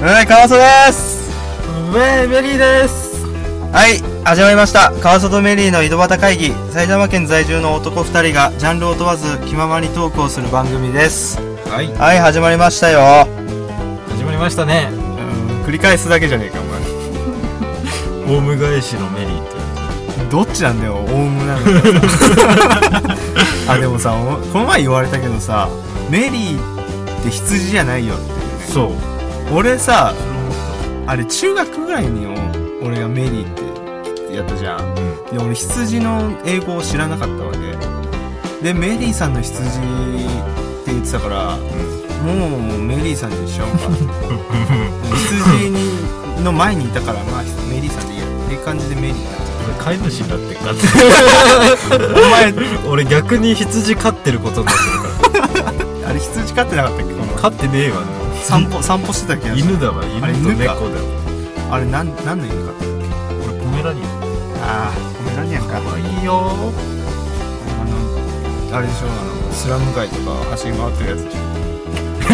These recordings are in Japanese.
はい、川曽ですウェイベリーですはい、始まりました。川曽とメリーの井戸端会議。埼玉県在住の男二人がジャンルを問わず気ままにトークをする番組です。はいはい、始まりましたよ。始まりましたねうん、繰り返すだけじゃねえか、お前。 オウム返しのメリーってどっちなんだよ、オウムなの あ、でもさ、おこの前言われたけどさ、メリーって羊じゃないよってそう俺さあれ中学ぐらいに俺がメリーってやったじゃん、で俺羊の英語を知らなかったわけでメリーさんの羊って言ってたから、もうメリーさんにしよう か羊にの前にいたからまあメリーさんでいいやっていう感じでメリーになっちゃ俺飼い主になってっかっったお前 て俺逆に羊飼ってることになってるかあれ羊飼ってなかったっけこのら飼ってねえわね散歩散歩してた気がする犬だわ犬あれと犬か猫だわあれなん何の犬か俺ポメラニアンああポメラニアンか可愛いよあのあれでしょあのスラム街とか走り回ってるやつでし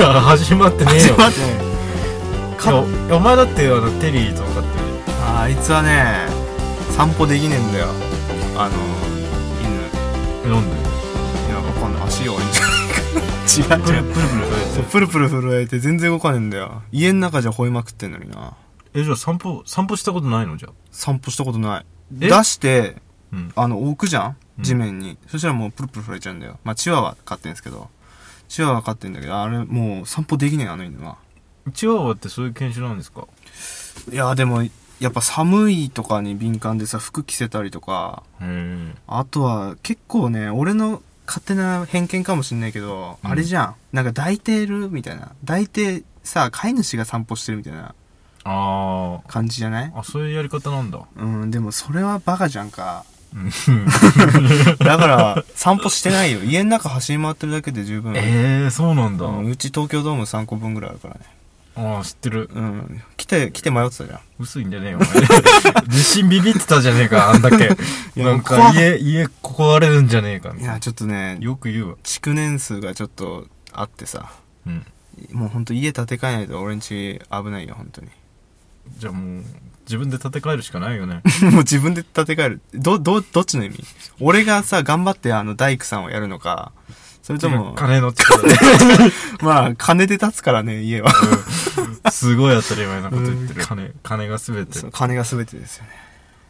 ょいや始まってねえよ待っていやいやお前だってあのテリーとか飼ってるああいつはね散歩できねえんだよあの犬じゃん飲んでいやわかんない足弱いんじゃないか プ違ルう違うプルプルそうプルプル震えて全然動かねえんだよ家の中じゃ吠えまくってんのになえじゃあ散歩散歩したことないのじゃあ散歩したことない出えしてうんあの置くじゃんうん地面に、そしたらもうプルプル震えちゃうんだよまあチワワ飼ってんですけどチワワ飼ってんだけどあれもう散歩できねえあの犬はチワワってそういう犬種なんですかいやでもやっぱ寒いとかに敏感でさ服着せたりとかへえあとは結構ね俺の勝手な偏見かもしんないけど、うんあれじゃんなんか抱いてるみたいな抱いてさ飼い主が散歩してるみたいなあ感じじゃないああそういうやり方なんだうんでもそれはバカじゃんかうん だから散歩してないよ家の中走り回ってるだけで十分、えー、そうなんだ、うんうち東京ドーム3個分ぐらいあるからねああ知ってるうん来て来て迷ってたじゃん薄いんじゃねえよお前 地震ビビってたじゃねえかあんだけやなんもうか怖い家家壊れるんじゃねえかみいたいなやちょっとねよく言うわ築年数がちょっとあってさうんもうほんと家建て替えないと俺んち危ないよ本当に じゃあもう自分で建て替えるしかないよねもう自分で建て替えるどどどっちの意味俺がさ頑張ってあの大工さんをやるのかそれとも金の力で、まあ金で立つからね家はうんすごい当たり前なこと言ってうる金金が全てそう金が全てですよね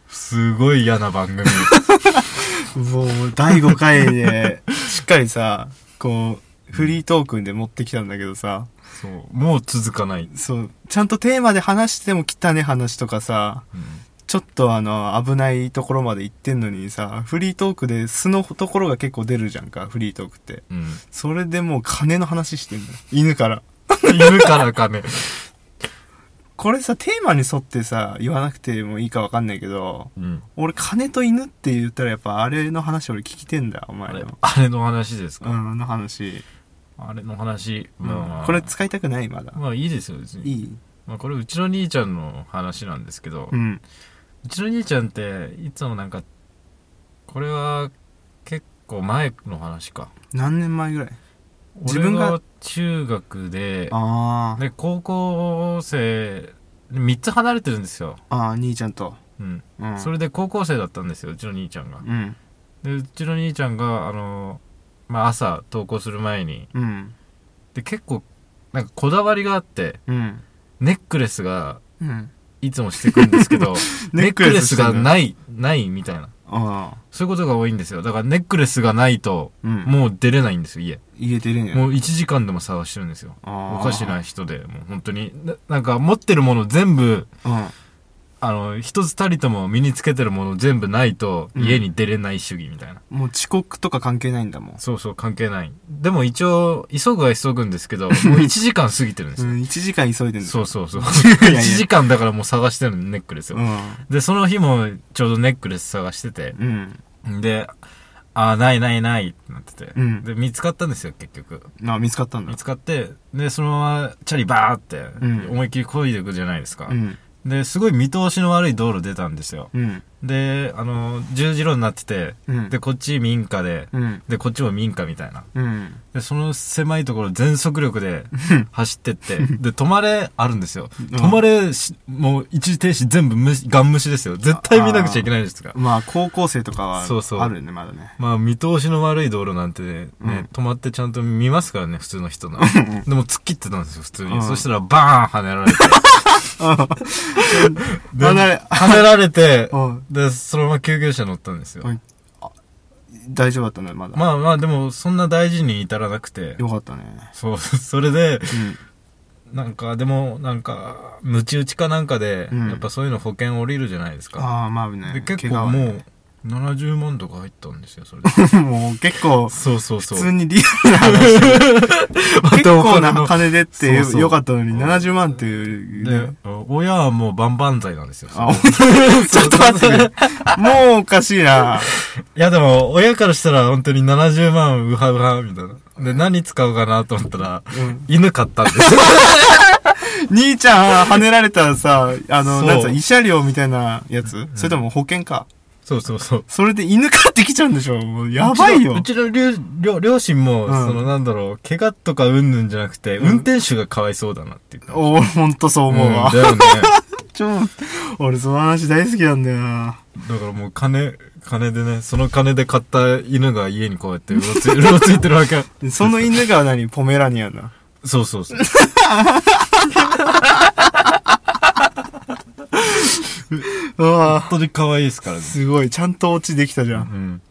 すごい嫌な番 組もう第5回でしっかりさこうフリートークンで持ってきたんだけどさそうもう続かない、そうちゃんとテーマで話しても汚ね話とかさうんちょっとあの危ないところまで行ってんのにさフリートークで素のところが結構出るじゃんかフリートークって うんそれでもう金の話してんだよ犬から犬から金。これさテーマに沿ってさ言わなくてもいいかわかんないけどうん。俺金と犬って言ったらやっぱあれの話俺聞きてんだおあ前れの、あれの話ですうか、んの話、あれの話。うんまあ、これ使いたくないまだ、まあいいですよ、別に。いいまあこれうちの兄ちゃんの話なんですけど、ううんちの兄ちゃんって、いつもなんか、これは結構前の話か。何年前ぐらい自自分分がが中学で、あーで、高校生、3つ離れてるんですよ。あー兄ちゃんとうん。うんそれで高校生だったんですよ、うちの兄ちゃんが。うんで、うちの兄ちゃんが、あの、まあ朝登校する前に、うんで結構なんかこだわりがあってうんネックレスがうんいつもしてくるんですけど ネックレスがいないないみたいなああそういうことが多いんですよだからネックレスがないとうんもう出れないんですよ家入れてるんやもう1時間でも探してるんですよおおかしな人でもう本当にななんか持ってるもの全部うんあの一つたりとも身につけてるもの全部ないとうん家に出れない主義みたいな、もう遅刻とか関係ないんだもんそうそう関係ないでも一応急ぐは急ぐんですけどもう1時間過ぎてるんですうよ、ん1時間急いでんだそうそうそう やいや1時間だからもう探してるのネックレスをうんで、その日もちょうどネックレス探してて、うんで、あー、ないないないってなってて、うんで、見つかったんですよ、結局。あ見つかったんだ見つかって、で、そのままチャリバーってん、思いっきり漕いでいくじゃないですか。うんで、すごい見通しの悪い道路出たんですよ。うんであの十字路になっててうんでこっち民家でうんでこっちも民家みたいなうんでその狭いところ全速力で走ってって で止まれあるんですよ止まれしもう一時停止全部無視ガン無視ですよ絶対見なくちゃいけないですからまあ高校生とかはそうそうあるねまだねまあ見通しの悪い道路なんてね、うん止まってちゃんと見ますからね普通の人ならでも突っ切ってたんですよ普通に、うんそしたらバーン跳ねられてであな跳ねられてうんでそのまま救急車乗ったんですよ、はい大丈夫だったねまだ、まあまあでもそんな大事に至らなくてよかったねそうそれでうんなんかでもなんかムチ打ちかなんかで、うんやっぱそういうの保険降りるじゃないですかああまあでね結怪我構はもねう70万とか入ったんですよそれで もう結構そうそうそ普う通にリアルな話 結構な金でってそうそうよかったのに70万っていうでね親はもう万々歳なんですよあおちょっと待ってくれもうおかしいないやでも、親からしたら本当に70万ウハウハみたいな。で、何使うかなと思ったら、うん犬買ったんです よ。兄ちゃん跳ねられたさあのそうなんつうの慰謝料みたいなやつそれとも保険かそうそうそう。それで犬飼ってきちゃうんでしょもうやばいようちのうちの両両両親も、うんそのなんだろう、怪我とかうんぬんじゃなくて、ん運転手がかわいそうだなっていうか。おほんとそう思うわんだよね。ちょ俺その話大好きなんだよなだからもう金、金でね、その金で買った犬が家にこうやってうろつい うろついてるわけ。でその犬が何ポメラニアン だそうそうそう。うわ本当に可愛いですからぁね。すごいちゃんとオチできたじゃうんん。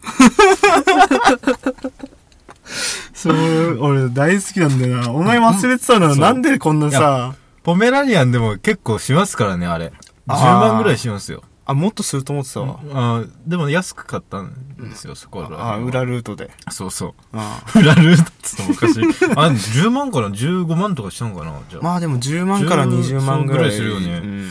そう俺大好きなんだよなお前忘れてたのそうなんでこんなさポメラニアンでも結構しますからね、あれ。10あー万ぐらいしますよ。あもっとすると思ってたわあーでも安く買ったんですよ、そこら。あ裏ルートでそうそあう。裏ルートっつってもおかしい。あ、10万から15万とかしたのかなじゃあ。まあでも10万から20万ぐらいそうぐらいするよねうん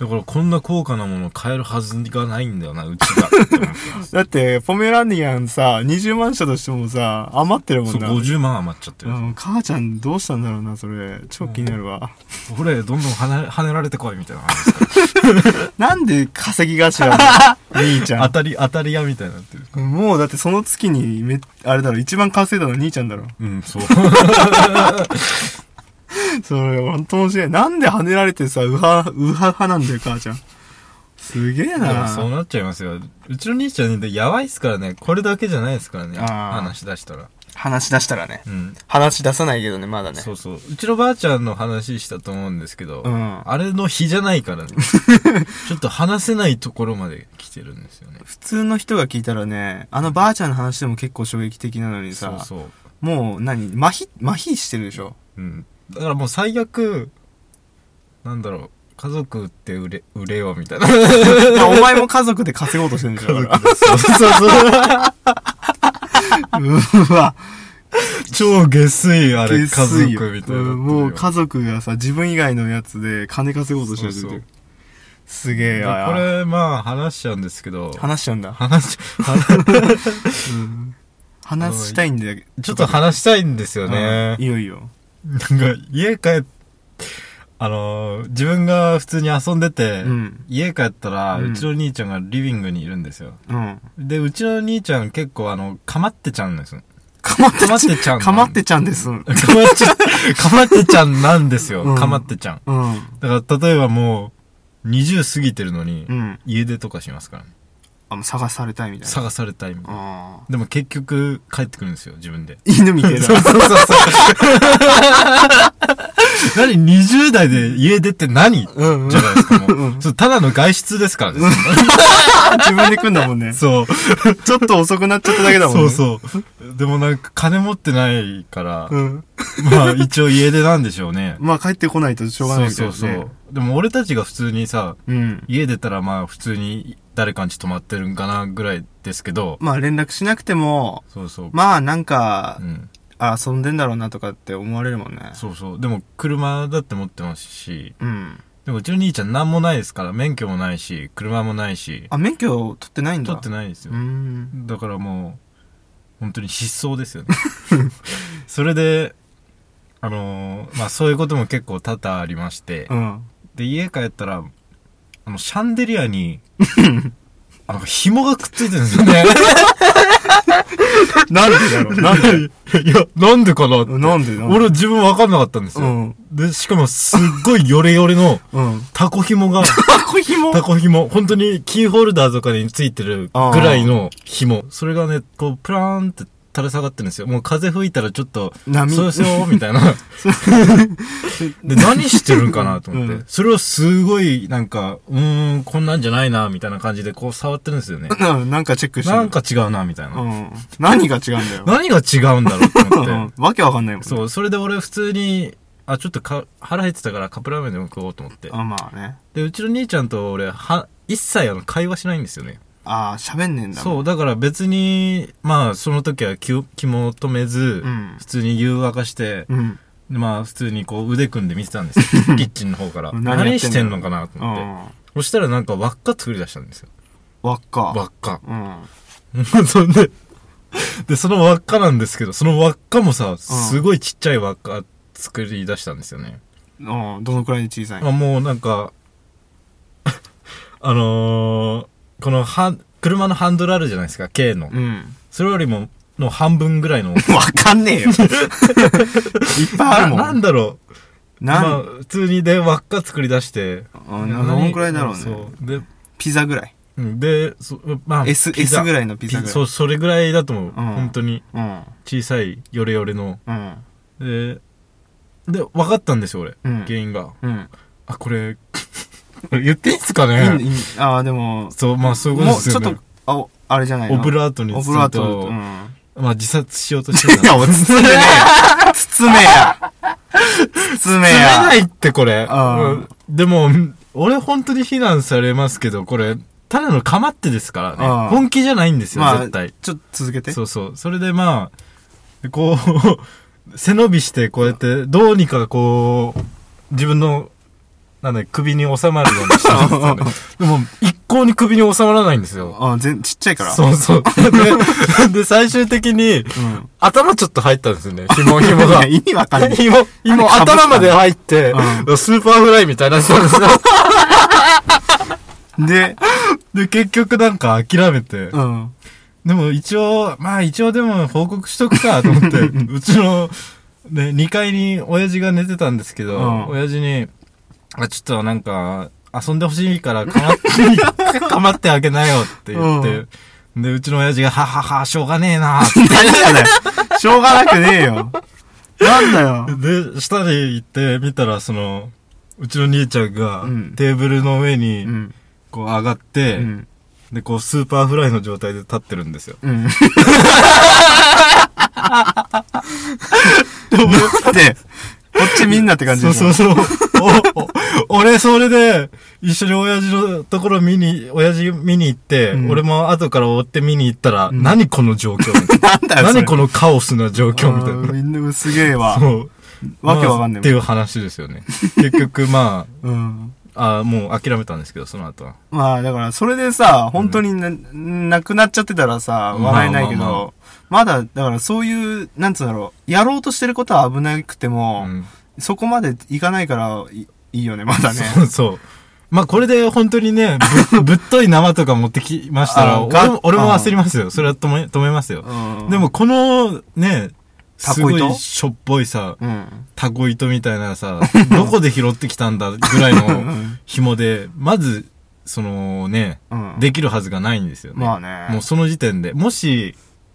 だからこんな高価なもの買えるはずがないんだよな、うちが。って思ってますだってポメラニアンさ20万したとしてもさ余ってるもそんう、な50万余っちゃってるう。ん母ちゃんどうしたんだろうなそれ超気になるわほれ、どんどん跳ね跳ねられてこいみたいな感じですかなんで稼ぎ頭なの兄ちら ゃ当たり、当たり屋みたいになってる。んもうだってその月にめあれだろ一番稼いだの兄ちゃんだろうん、そう。それ本当面白いなんで跳ねられてさうはうははなんだよ母ちゃんすげえでもそうななっちゃいますよ。うちの兄ちゃんね、やばいっすからね。これだけじゃないですからね。あー話し出したら。話し出したらねうん。話し出さないけどねまだねそうそう。うちのばあちゃんの話したと思うんですけど、うんあれの日じゃないから ね。ちょっと話せないところまで来てるんですよね。普通の人が聞いたらねあのばあちゃんの話でも結構衝撃的なのにそさうそう。もう何麻痺麻痺してるでしょうん。だからもう最悪、なんだろう、家族って売れ、売れようみた いな。だからお前も家族で稼ごうとしてるんでしょ家だか族でそうそうそう。らうわ超下水、あれ、家下水よ族みたいな。うんもう家族がさ自分以外のやつで金稼ごうとしてるってそうそうすげえでやこれ、まあ、話しちゃうんですけど、話しちゃうんだ、話し、話うん話したいんだけどちょっと話したいんですよねうん。いいよいいよなんか、家帰っ、あのー自分が普通に遊んでて、うん家帰ったら、ううんちの兄ちゃんがリビングにいるんですよ。うんで、うちの兄ちゃん結構あの、かまってちゃうんです。かかまってま っちゃてちゃんん。かまってちゃんですうんかまっちゃん、 かまってちゃんなんですよ。うんかまってちゃん。だから、例えばもう、20過ぎてるのに、うん家出とかしますから、ね、あもう探されたいみたいな探されたいみたいな。あでも結局、帰ってくるんですよ、自分で。ー犬みてえそうだそうそうそう。何 ?20 代で家出って何うんうんじゃないですか、もうう。そうただの外出ですからね。自分で来んだもんねそう。ちょっと遅くなっちゃっただけだもんそねうそう。でもなんか金持ってないから、うんまあ一応家出なんでしょうね。まあ帰ってこないとしょうがないみたいそなうねそうそう。でも俺たちが普通にさ、うん家出たらまあ普通に誰かんち泊まってるんかなぐらいですけど、まあ連絡しなくてもそうそう。まあなんか、うん。あ遊んでんだろうなとかって思われるもんねそうそう。でも車だって持ってますし、うんでもうちの兄ちゃん何もないですから、免許もないし、車もないし、あ免許取ってないんだ取ってないですようー。んだからもう、本当に失踪ですよね。 それで、あのーまあ、そういうことも結構多々ありまして、うん で、家帰ったら、あの、シャンデリアに、あの、紐がくっついてるんですよね。 なんでだろう なんでいや、なんでかなってなんでなんで俺自分分かんなかったんですうよ。ん。で、しかもすっごいヨレヨレの うん。タコ紐が、タコ紐タコ紐、本当にキーホルダーとかについてるぐらいの紐。それがね、こう、プラーンって垂れ下がってるんですよ。もう風吹いたらちょっと、波そうですよ、みたいな。で、何してるんかなと思って。うんそれをすごい、なんか、うーん、こんなんじゃないな、みたいな感じでこう触ってるんですよね。うんなんかチェックしてる。なんか違うな、みたいな。うん。何が違うんだよ。何が違うんだろうと思って。うんわけわかんないもん。そう、それで俺普通に、あ、ちょっとか腹減ってたからカップラーメンでも食おうと思って。あ、まあね。で、うちの兄ちゃんと俺、は、一切あの会話しないんですよね。ああ、喋んねえんだ。う。そう、だから別に、まあその時は気を、気も止めず、うん普通に誘惑して、うん。でまあ普通にこう腕組んで見てたんです よ。キッチンの方から。何何やってんだしてんのかなとう思って。ん。そしたらなんか輪っか作り出したんですよ。輪っか。輪っか。 うん。そんで、で、その輪っかなんですけど、その輪っかもさ、すごいちっちゃい輪っか作り出したんですよね。うん。どのくらいに小さいまあ、もうなんか あのーこのは車のハンドルあるじゃないですか K の、うん。それよりもの半分ぐらいのいっわかんね えよ。いっぱ いあるもん。なんだろうなんまあ、普通にで輪っか作り出してうんなどのくらいだろうね。そうでピザぐらい。うんでそまあ S、S ぐいらいのピザぐらい。そうそれぐらいだと思う、本当にうん。小さいヨレヨレのうん。でで分かったんですよ俺、うん原因がうん。あこれ これ言っていいですかいいねんいいんああ、でも、そうまあそういうこともでうすちょよっねと、あ、あれじゃないのオブラートにオ包ブラーむト。と、うん。まあ自殺しようとしていた。や、包めねえ。包めや。包め詰めやな。いってこれ。うんうんでも、俺本当に非難されますけど、これ、ただの構ってですからねうん。本気じゃないんですよ、まあ、絶対。ちょっと続けて。そうそう。それでまあ、こう、 背伸びして、こうやって、どうにかこう、自分の、なんだ首に収まるようにしたんです よね。でも、一向に首に収まらないんですよ。あ全ちっちゃいから。そうそう。で、で最終的に、うん。頭ちょっと入ったんですよね。紐、紐がいや。意味わかんない。紐、何紐、かぶったの頭まで入って、うスーパーフライみたいになってたんですよ。で、で、結局なんか諦めて、うん。でも一応、まあ一応でも報告しとくかと思って、 うちの、ね、2階に親父が寝てたんですけど、うん親父に、あ、ちょっとなんか、遊んでほしいから、かま って、かまってあげなよって言って、で、うちの親父が、ははは、しょうがねえなって何がだよ。しょうがなくねえよ。なんだよ。で、下に行って見たら、その、うちの兄ちゃんがうん、テーブルの上にう、ん。こう上がっうて、ん。で、こうスーパーフライの状態で立ってるんですよ。うん。だって、こっちみんなって感じそうでしそょうそう。おお俺、それで、一緒に親父のところ見に、親父見に行って、うん俺も後から追って見に行ったら、うん何この 状況みたいなんだよ、な。それ何このカオスな状況みたいあーな。みんなすげえわ。そう。わけわかんまあねってえいもん。う話ですよ ね。結局、まうん。あ、あーもう諦めたんですけど、その後は。まあだからそれでさ、本当にな、なくなっちゃってたらさ、笑えないけど、まあまあまだ、だからそういう、なんつうんだろう、やろうとしてることは危なくても、うんそこまでいかないからいいいよね、まだね。そうそう。まあこれで本当にね、ぶ ぶっとい生とか持ってきましたあら、ー俺もが俺も焦りますよ。それは止め、止めますよ。うんでも、このね、タすコご糸いしょっぽいさ、うん。タコ糸みたい なさ、どこで拾ってきたんだぐらいの紐で、まず、そのね、うん。できるはずがないんですよね。まあね。もうその時点で、もし、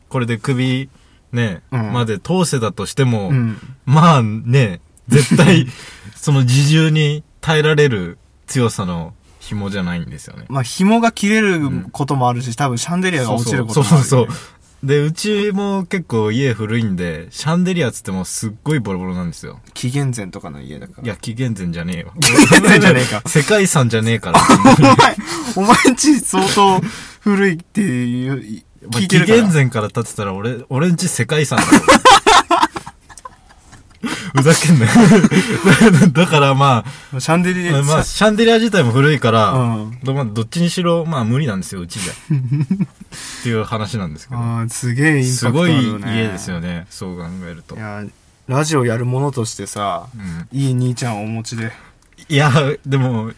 これで首、ね、うんまで通せたとしても、うん。まあね、絶対、 その自重に耐えられる強さの紐じゃないんですよね。まあ紐が切れることもあるし、多分シャンデリアがそう落ちそるうことそうもあるよそうね、そう。で、うちも結構家古いんで、シャンデリアつってもすっごいボロボロなんですよ。紀元前とかの家だから。いや、紀元前じゃねえよ。紀元前じゃねえか。 世界遺産じゃねえから。お前、お前んち相当古いっていう、い 聞いてるから。紀元前から建てたら俺、俺んち世界遺産だよ ふざけんなよ。 だからまシャンデリあ、ア、まあ、シャンデリア自体も古いから、うんどまあどっちにしろ、まあ無理なんですよ、うちじゃ。っていう話なんですけど。ああ、すげえインすパクトごあいるよね。家ですよね、そう考えるとい。や、ラジオやるものとしてさ、うんいい兄ちゃんをお持ちで。いや、でも、う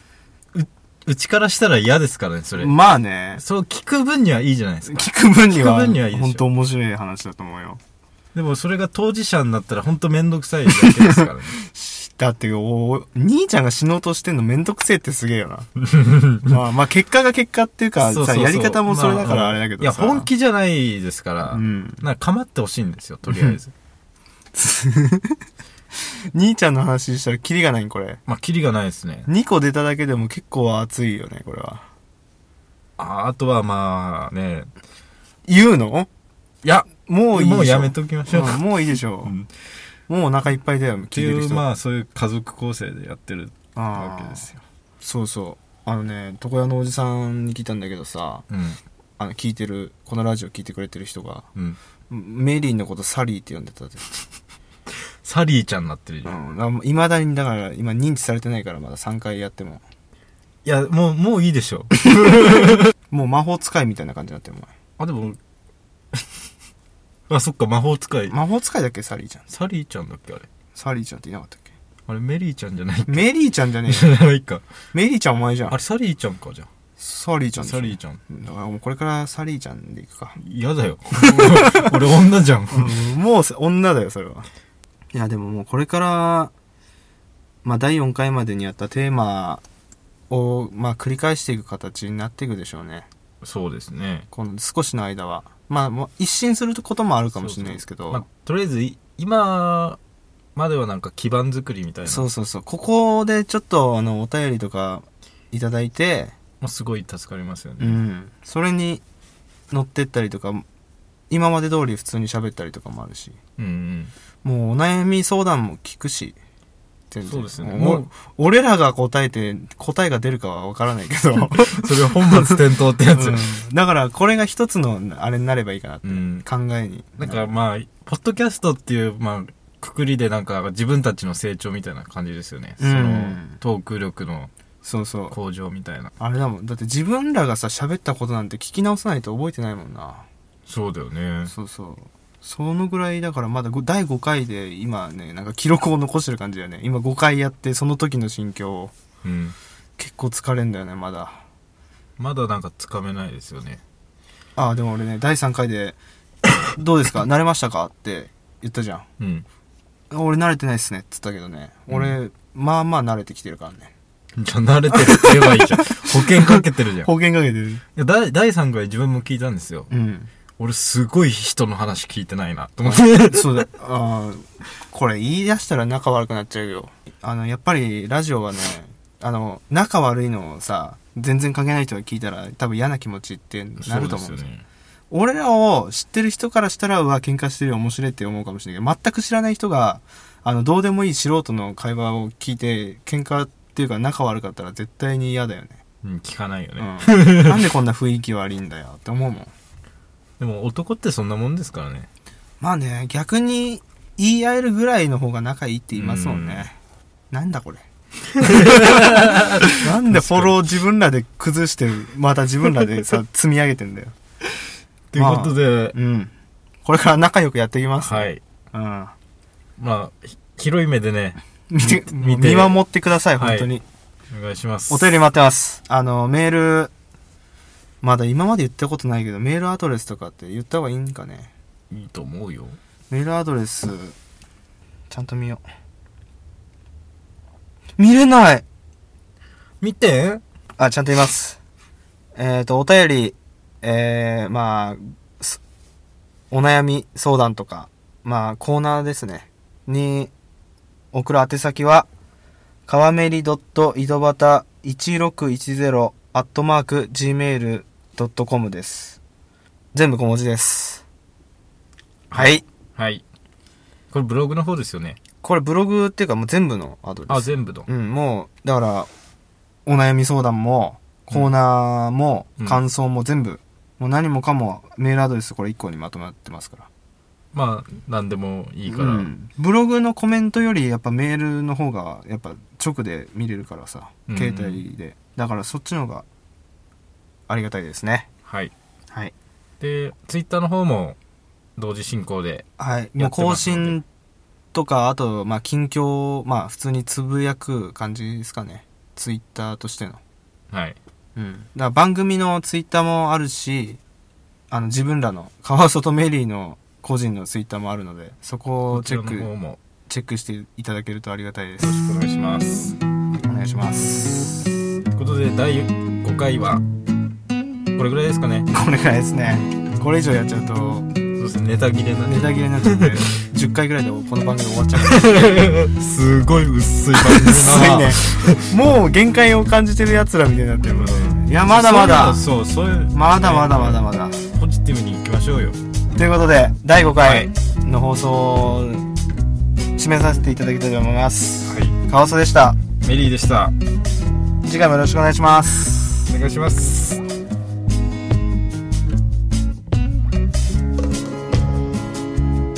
うちからしたら嫌ですからね、それ。まあね、そう聞く分にはいいじゃないですか。聞く分には、聞く分にはいいでしょ本当面白い話だと思うよ。でもそれが当事者になったら本当めんどくさいだけですからね。だって、お兄ちゃんが死のうとしてんのめんどくせえってすげえよ な。まあまあ、結果が結果っていうか、そうそうそ さ、うやり方もそれだからあれだけどさ。まあいや、本気じゃないですから、うん。 なんか構ってほしいんですよ、とりあえず。兄ちゃんの話したらキリがないん、これ。まあ、キリがないですね。 2個出ただけでも結構熱いよね、これは。ああとはまあね、言うのいや、もういいでしょ。もうやめときましょう。うんもういいでしょうう。んもうお腹いっぱいだよ、って聞いているう、人。まあそういう家族構成でやってるあわーけですよ。そうそう。あのね、床屋のおじさんに聞いたんだけどさ、うん。あの、聞いてる、このラジオ聞いてくれてる人が、うん。メリーのことサリーって呼んでたって。サリーちゃんになってるじゃん。うん。いまだに、だから、今認知されてないから、まだ3回やっても。いや、もう、もういいでしょ。もう魔法使いみたいな感じになってる、おあ、でも、 あ、そっか、魔法使前。い。魔法使いだっけサリーちゃん。サリーちゃんだっけあれ。サリーちゃんっていなかったっけあれ、メリーちゃんじゃない。メリーちゃんじゃねえ じよ。ゃないか。メリーちゃんお前じゃあんれ、。サリーちゃんか、じゃサリーちゃあ。んでしょサリーちゃん。うんだからもうこれからサリーちゃんでいくか。嫌だよ。 俺、女じゃん。うん、もう女だよ、それは。いや、でももうこれから、まあ第4回までにやったテーマを、まあ繰り返していく形になっていくでしょうね。そうですね。この少しの間は。まあもう一新することもあるかもしれないですけまあど、、とりあえず、い今まではなんか基盤作りみたいな。そうそうそう。ここでちょっとあの、お便りとかいただいて、もうすごい助かりますようね。ん。それに乗ってったりとか、今まで通り普通に喋ったりとかもあるし。うん、うん、もうお悩み相談も聞くし。全然そうですねももうう、俺らが答えて、答えが出るかはわからないけ ど。それは本末転倒ってやつ。うんだから、これが一つの、あれになればいいかなって。うん考えに。なんかまあ、ポッドキャストっていう、まあ、くくりでなんか自分たちの成長みたいな感じですよね。うんその、トーク力のそうそう。向上みたいな。あれだもん。だって自分らがさ、喋ったことなんて聞き直さないと覚えてないもんな。そうだよね。そうそう。そのぐらいだから、まだご第5回で、今ね、なんか記録を残してる感じだよね。今5回やって、その時の心境を。うん。結構疲れんだよね、まだ。まだなんかつかめないですよね。ああでも俺ね第3回で「どう ですか慣れましたか?」って言ったじゃんうん。 「俺慣れてないっすね」っつったけどね俺、まあまあ慣れてきてるからねじゃあ慣れてるって言えばいいじゃん。保険かけてるじゃん。い方言かけてるやだ第3回自分も聞いたんですよ。 うん俺すごい人の話聞いてないな、と思って。そうだああこれ言い出したら仲悪くなっちゃうよあのやっぱりラジオはねあの仲悪いのをさ全然関係ない人が聞いたら多分嫌な気持ちって なると思うんでそですすよよね。俺らを知ってる人からしたらうわ喧嘩してるよ面白いって思うかもしれないけど全く知らない人があのどうでもいい素人の会話を聞いて喧嘩っていうか仲悪かったら絶対に嫌だよね、うん、聞かないようん、ね。なんでこんな雰囲気悪いんだよって思うもんでも男ってそんなもんですからね。まあね逆に言い合えるぐらいの方が仲いいって言いますもんねなんだこ れなんでフォロー自分らで崩してまた自分らでさ積み上げてんだよということで、うんこれから仲良くやっていきます、はい。うんまあ、ひ広い目でね、見て、見て見守ってください、はい本当に。お願いします。お便り待ってます。あの、メール、まだ今まで言ったことないけど、メールアドレスとかって言った方がいいんかね。いいと思うよ。メールアドレス、ちゃんと見よう。見れない見てあ、ちゃんと言います。えっ、と、お便り、えー、まあ、すお悩み相談とか、まあ、コーナーですね。に、送る宛先は、かわめり井戸端1610アットマーク gmail.com です。全部小文字です。はい。はい。これブログの方ですよね。これブログっていうかもう全部のアドレス。あ、全部の。うん、もう、だから、お悩み相談も、コーナーもう、ん感想も全部、もう何もかも、メールアドレスこれ1個にまとまってますから。まあ、なんでもいいから。うんブログのコメントより、やっぱメールの方が、やっぱ直で見れるからさ、うん携帯で。だからそっちの方が、ありがたいですね。はい。はい。で、ツイッターの方も、同時進行で。はい。もう更新とか、あと、まあ、近況、まあ、普通につぶやく感じですかね。ツイッターとしての。はい。うん。だから番組のツイッターもあるし、あの自分らの川外メリーの個人のツイッターもあるので、そこをこちチェらッの方ク、もチェックしていただけるとありがたいでよす。ろしくお願いします。お願いします。ということで、第5回は、これぐらいですかね。これぐらいですね。これ以上やっちゃうと、そうですね、ネタ切れなんネで。タ切れになっちゃうん で、10回ぐらいでこの番組終わっちゃう。すごい薄い番組だな。薄いね。もう限界を感じてる奴らみたいになってる。うんいや、まだまだ、そういうのそう、そういう、まだまだまだまだ。ポジティブに行きましょうよ。ということで、第5は回いの放送を締めさせていただきたいと思います。はカワソでした。い。メリーでした。次回もよろしくお願いします。お願いします。